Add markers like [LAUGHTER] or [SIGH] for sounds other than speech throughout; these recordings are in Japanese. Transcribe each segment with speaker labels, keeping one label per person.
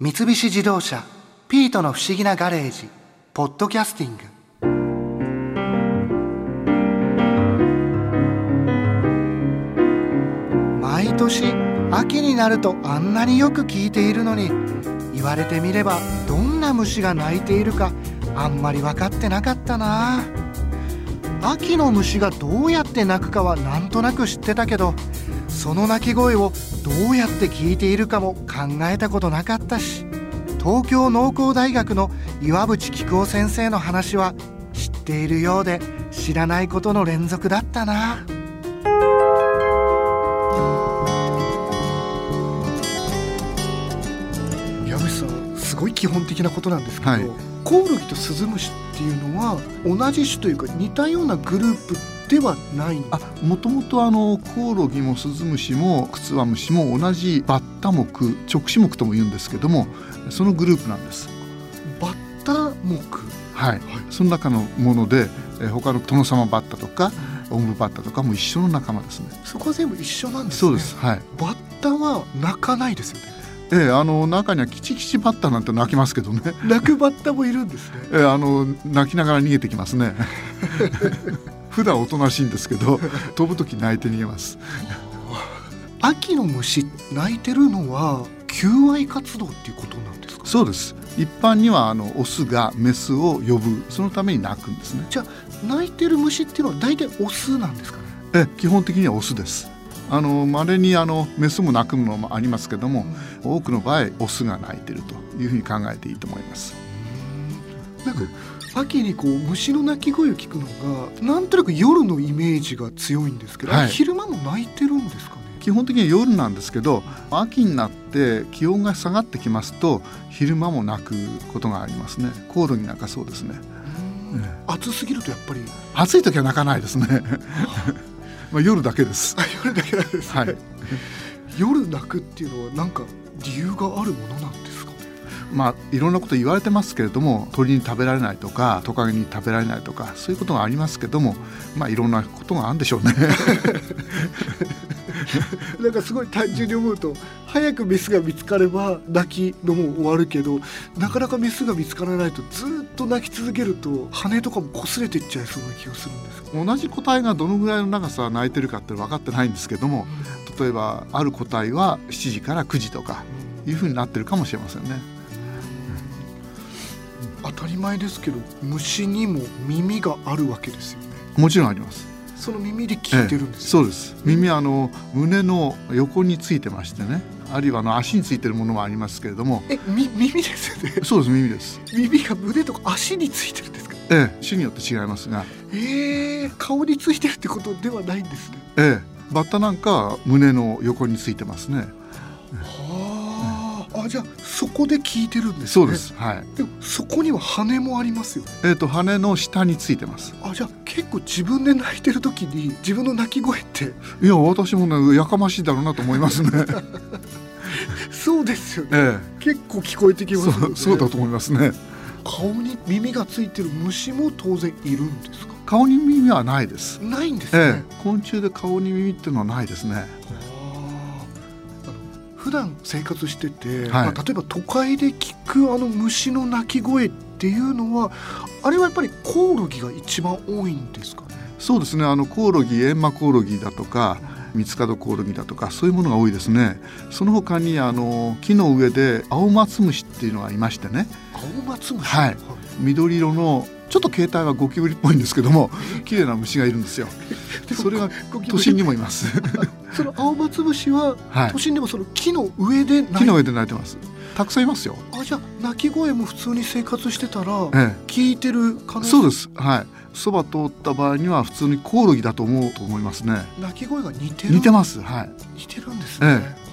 Speaker 1: 三菱自動車「ピートの不思議なガレージ」「ポッドキャスティング」毎年秋になるとあんなによく聞いているのに言われてみればどんな虫が鳴いているかあんまり分かってなかったな秋の虫がどうやって鳴くかはなんとなく知ってたけどその鳴き声をどうやって聞いているかも考えたことなかったし東京農工大学の岩渕紀夫先生の話は知っているようで知らないことの連続だったな岩渕さんすごい基本的なことなんですけど、
Speaker 2: はい
Speaker 1: コオロギとスズムシっていうのは同じ種というか似たようなグループではないんです
Speaker 2: あもともとあのコオロギもスズムシもクツワムシも同じバッタ目直視目とも言うんですけどもそのグループなんです
Speaker 1: バッタ目
Speaker 2: はい、その中のもので、えー他のトノサマバッタとかオンブバッタとかも一緒の仲間ですね
Speaker 1: そこは全部一緒なんですね
Speaker 2: そうですはい
Speaker 1: バッタは鳴かないですよね
Speaker 2: ええあの中にはキチキチバッタなんて鳴きますけどね、 [LAUGHS]
Speaker 1: 鳴くバッタもいるんですね
Speaker 2: ええあの鳴きながら逃げてきますね [LAUGHS] 普段おとなしいんですけど飛ぶ時泣いて逃げます
Speaker 1: 秋の虫鳴いてるのは求愛活動っていうことなんですか
Speaker 2: そうです一般にはあのオスがメスを呼ぶそのために鳴くんですね
Speaker 1: 鳴いてる虫っていうのは大体オスなんですかね
Speaker 2: ええ基本的にはオスですあの稀にあのメスも鳴くのもありますけども多くの場合オスが鳴いてるというふうに考えていいと思います
Speaker 1: なんか秋にこう虫の鳴き声を聞くのがなんとなく夜のイメージが強いんですけど、
Speaker 2: はい
Speaker 1: 昼間も鳴いてるんですかね
Speaker 2: 基本的には夜なんですけど秋になって気温が下がってきますと昼間も鳴くことがありますねコオロギなんかそうですね
Speaker 1: うん暑すぎるとやっぱり
Speaker 2: 暑い時は鳴かないで
Speaker 1: [LAUGHS]
Speaker 2: すねまあ夜だけです
Speaker 1: 夜だけなんですね、
Speaker 2: はい
Speaker 1: 夜鳴くっていうのはなんか理由があるものなんですかね
Speaker 2: まあいろんなこと言われてますけれども鳥に食べられないとかトカゲに食べられないとかそういうことがありますけどもまあいろんなことがあるんでしょうね
Speaker 1: なんかすごい単純に思うと早くメスが見つかれば泣きのも終わるけどなかなかメスが見つからないとずーっと泣き続けると羽とかも擦れていっちゃいそうな気がするんですけど
Speaker 2: 同じ個体がどのぐらいの長さ鳴いてるかって分かってないんですけども例えばある個体は7時から9時とかいうふうになってるかもしれませんね
Speaker 1: 当たり前ですけど虫にも耳があるわけですよね
Speaker 2: もちろんあります
Speaker 1: その耳で聞いてるんですよ、
Speaker 2: そうです耳あの胸の横についてましてねあるいはあの足についてるものもありますけれども
Speaker 1: えみ耳ですよね
Speaker 2: そうです耳です
Speaker 1: 耳が腕とか足についてるんですか
Speaker 2: ええ種によって違いますが
Speaker 1: えー、顔についてるってことではないんですね
Speaker 2: ええバッタなんかは胸の横についてますね
Speaker 1: はあ、あじゃあそこで聞いてるんですね
Speaker 2: そうですはい
Speaker 1: でもそこには羽もありますよね
Speaker 2: えっ、と羽の下についてます
Speaker 1: あじゃあ結構自分で泣いてる時に自分の泣き声って [LAUGHS]
Speaker 2: いや私もねやかましいだろうなと思います [LAUGHS] ね
Speaker 1: そうですよね
Speaker 2: え
Speaker 1: 結構聞こえてき
Speaker 2: え
Speaker 1: ますよ
Speaker 2: そ
Speaker 1: ね
Speaker 2: うそうだと思いますね
Speaker 1: 顔に耳がついてる虫も当然いるんですか
Speaker 2: 顔に耳はないです
Speaker 1: ないんです
Speaker 2: え
Speaker 1: ね、
Speaker 2: え昆虫で顔に耳っていうのはないですね
Speaker 1: あーあの普段生活してて、
Speaker 2: はい
Speaker 1: まあ、例えば都会で聞くあの虫の鳴き声っていうのはあれはやっぱりコオロギが一番多いんですかね
Speaker 2: そうですねあのコオロギエンマコオロギだとか三つ角コオロギだとかそういうものが多いですねその他にあの木の上でアオマツムシっていうのがいましてね
Speaker 1: 青松虫
Speaker 2: はい緑色のちょっと形態はゴキブリっぽいんですけども綺麗な虫がいるんですよそれが
Speaker 1: ゴキブ
Speaker 2: 都
Speaker 1: リ
Speaker 2: 心にもいます
Speaker 1: [LAUGHS] その青松虫は
Speaker 2: はい
Speaker 1: 都心でもその木の上で鳴い
Speaker 2: 木の上で鳴いてますたくさんいますよ
Speaker 1: あじゃあ鳴き声も普通に生活してたら
Speaker 2: え
Speaker 1: 聞いてる可
Speaker 2: え
Speaker 1: 能性
Speaker 2: そうですはいそば通った場合には普通にコオロギだと思うと思いますね
Speaker 1: 鳴き声が似てる
Speaker 2: 似てますはい
Speaker 1: 似てるんですね、
Speaker 2: え
Speaker 1: あー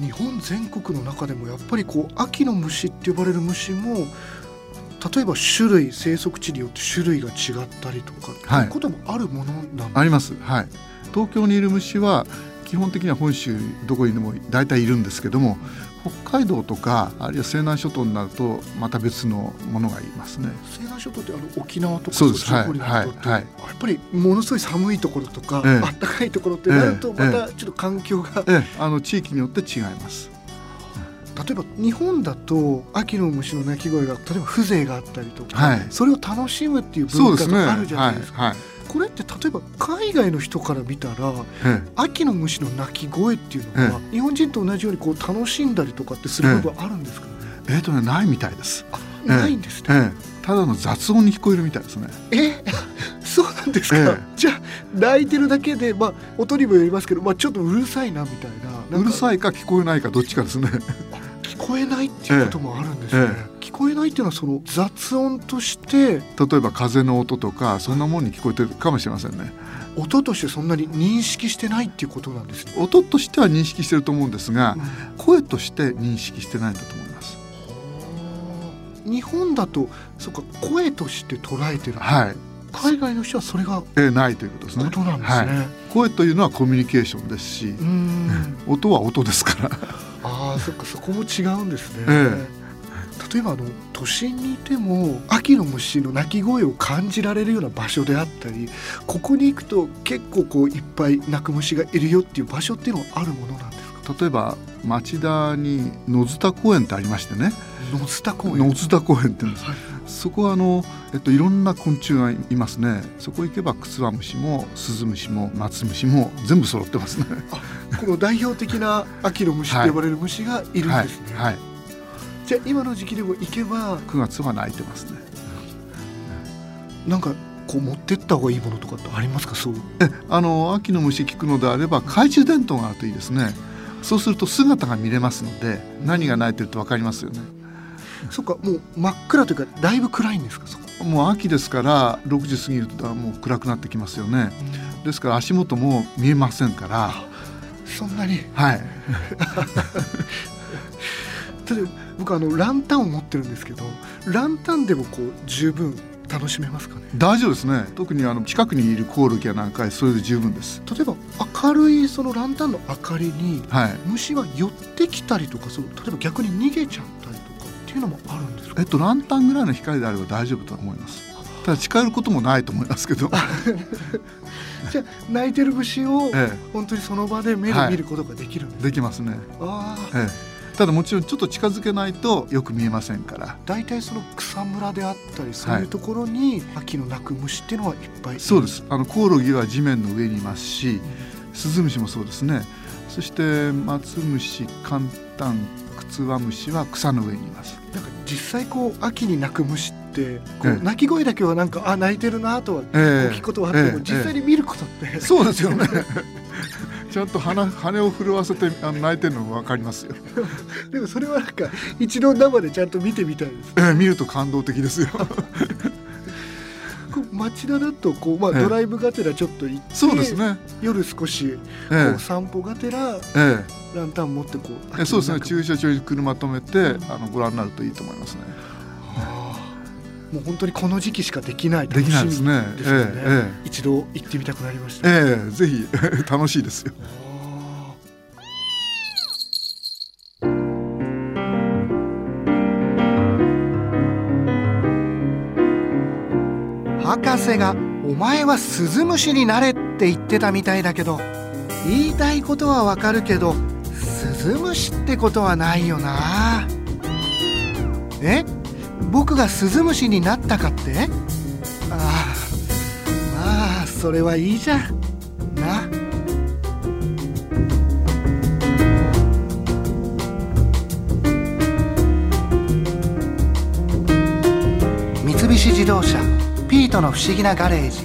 Speaker 1: 日本全国の中でもやっぱりこう秋の虫って呼ばれる虫も例えば種類生息地によって種類が違ったりとか、
Speaker 2: は
Speaker 1: とい
Speaker 2: い
Speaker 1: うこともあるものなん
Speaker 2: ありますはい東京にいる虫は基本的には本州どこにでも大体いるんですけども北海道とかあるいは西南諸島になるとまた別のものがいますね
Speaker 1: 西南諸島ってあの沖縄とか
Speaker 2: そうです
Speaker 1: っちの方になると
Speaker 2: はいはい
Speaker 1: やっぱりものすごい寒いところとか、
Speaker 2: ええ
Speaker 1: あったかいところってなると
Speaker 2: ええ
Speaker 1: またちょっと環境が、
Speaker 2: ええあの地域によって違います
Speaker 1: 例えば日本だと秋の虫の鳴き声が例えば風情があったりとか、
Speaker 2: はい
Speaker 1: それを楽しむっていう
Speaker 2: そ
Speaker 1: 文
Speaker 2: うで
Speaker 1: 化
Speaker 2: すね
Speaker 1: があ
Speaker 2: は
Speaker 1: る
Speaker 2: い
Speaker 1: じゃないですか。
Speaker 2: はい
Speaker 1: これって例えば海外の人から見たら
Speaker 2: え
Speaker 1: 秋の虫の鳴き声っていうのは、日本人と同じようにこう楽しんだりとかってする部分あるんですか、ね
Speaker 2: ええーとねないみたいです、
Speaker 1: あ
Speaker 2: ええ
Speaker 1: ないんですね。
Speaker 2: ええただの雑音に聞こえるみたいですね
Speaker 1: え [LAUGHS] そうなんですか、
Speaker 2: ええ
Speaker 1: じゃあ鳴いてるだけで、まあ、音にもよりますけど、まあ、ちょっとうるさいなみたいななんか
Speaker 2: うるさいか聞こえないかどっちかですね [LAUGHS]
Speaker 1: 聞こえないっていうこともあるんですね、
Speaker 2: え
Speaker 1: 聞こえないっていうのはその雑音として
Speaker 2: 例えば風の音とかそんなもんに聞こえてるかもしれませんね
Speaker 1: 音としてそんなに認識してないっていうことなんですね、
Speaker 2: 音としては認識してると思うんですが
Speaker 1: うん
Speaker 2: 声として認識してないんだと思います
Speaker 1: 日本だとそうか声として捉えてる、
Speaker 2: はい、
Speaker 1: 海外の人はそれが
Speaker 2: えーないということですね
Speaker 1: ことなんですね、
Speaker 2: はい、声というのはコミュニケーションですし
Speaker 1: うーん
Speaker 2: 音は音ですから [LAUGHS]
Speaker 1: ああそっかそこも違うんですね、
Speaker 2: え
Speaker 1: 例えばあの都心にいても秋の虫の鳴き声を感じられるような場所であったりここに行くと結構こういっぱい鳴く虫がいるよっていう場所っていうのはあるものなんですか
Speaker 2: 例えば町田に野津田公園ってありましてね
Speaker 1: 野津田公園
Speaker 2: 野津田公園って言うんです
Speaker 1: はい
Speaker 2: そこはあの、えっと、いろんな昆虫がいますねそこ行けばクツワムシもスズムシもマツムシも全部揃ってますね
Speaker 1: この代表的な秋の虫って呼ばれる虫がいるん
Speaker 2: は
Speaker 1: で
Speaker 2: い
Speaker 1: すね、、
Speaker 2: はい、
Speaker 1: じゃあ今の時期でも行けば
Speaker 2: 9月は鳴いてますね
Speaker 1: なんかこう持ってった方がいいものとかってありますかそう
Speaker 2: あの秋の虫聞くのであれば懐中電灯があるといいですねそうすると姿が見れますので何が鳴いてると分かりますよね
Speaker 1: そっかもう真っ暗というかだいぶ暗いんですかそこ、
Speaker 2: もう秋ですから6時過ぎるともう暗くなってきますよねですから足元も見えませんから
Speaker 1: そんなに
Speaker 2: はい
Speaker 1: 例えば僕あのランタンを持ってるんですけどランタンでもこう十分楽しめますかね
Speaker 2: 大丈夫ですね特にあの近くにいるコオロギやなんかそれで十分です
Speaker 1: 例えば明るいそのランタンの明かりに
Speaker 2: はい
Speaker 1: 虫は寄ってきたりとかその例えば逆に逃げちゃったりとかっていうのもあるんです
Speaker 2: え
Speaker 1: か
Speaker 2: っとランタンぐらいの光であれば大丈夫と思いますただ近寄ることもないと思いますけど、
Speaker 1: じゃあ泣いてる虫を
Speaker 2: え
Speaker 1: 本当にその場で目で見ることができるんです、
Speaker 2: え、できますね、
Speaker 1: ああ
Speaker 2: ええ、ただもちろんちょっと近づけないとよく見えませんから
Speaker 1: 大体その草むらであったりそういうところに秋の鳴く虫っていうのはいっぱいいる
Speaker 2: そうですあのコオロギは地面の上にいますしスズムシもそうですねそしてマツムシカンタンクツワムシは草の上にいます
Speaker 1: なんか実際こう秋に鳴く虫ってこ
Speaker 2: え
Speaker 1: う
Speaker 2: え
Speaker 1: 鳴き声だけはなんかあ鳴いてるなとは
Speaker 2: え
Speaker 1: 聞くことはあっても
Speaker 2: ええ
Speaker 1: 実際に見ることって、
Speaker 2: そうですよね [LAUGHS] ちゃんと鼻羽を震わせてあの泣いてるの分かりますよ、
Speaker 1: でもそれはなんか一度生でちゃんと見てみたいです
Speaker 2: ええ見ると感動的ですよ
Speaker 1: こう町田だとこう、まあ、
Speaker 2: ええ
Speaker 1: ドライブがてらちょっと行って、
Speaker 2: そうですね、
Speaker 1: 夜少しこ
Speaker 2: ええ
Speaker 1: う散歩がてら
Speaker 2: え
Speaker 1: ランタン持ってこう
Speaker 2: ええそうですね
Speaker 1: 秋の鳴く
Speaker 2: 駐車場に車止めてあのご覧になるといいと思いますね
Speaker 1: ああもう本当にこの時期しかできない楽し
Speaker 2: でき
Speaker 1: み
Speaker 2: ないですね
Speaker 1: ですよね
Speaker 2: ええ
Speaker 1: 一度行ってみたくなりました、
Speaker 2: ええぜひ [LAUGHS] 楽しいですよ
Speaker 1: あー博士が「お前はスズムシになれ」って言ってたみたいだけど言いたいことはわかるけどスズムシってことはないよなえ僕がスズムシになったかってああまあそれはいいじゃんな。三菱自動車ピートの不思議なガレージ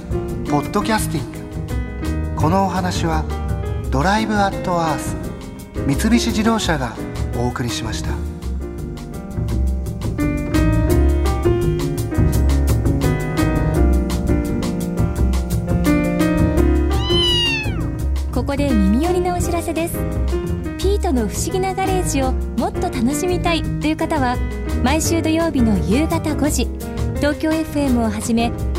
Speaker 1: ポッドキャスティングこのお話はドライブアットアース三菱自動車がお送りしました
Speaker 3: ここで耳寄りなお知らせですピートの不思議なガレージをもっと楽しみたいという方は毎週土曜日の夕方5時東京 FM をはじめ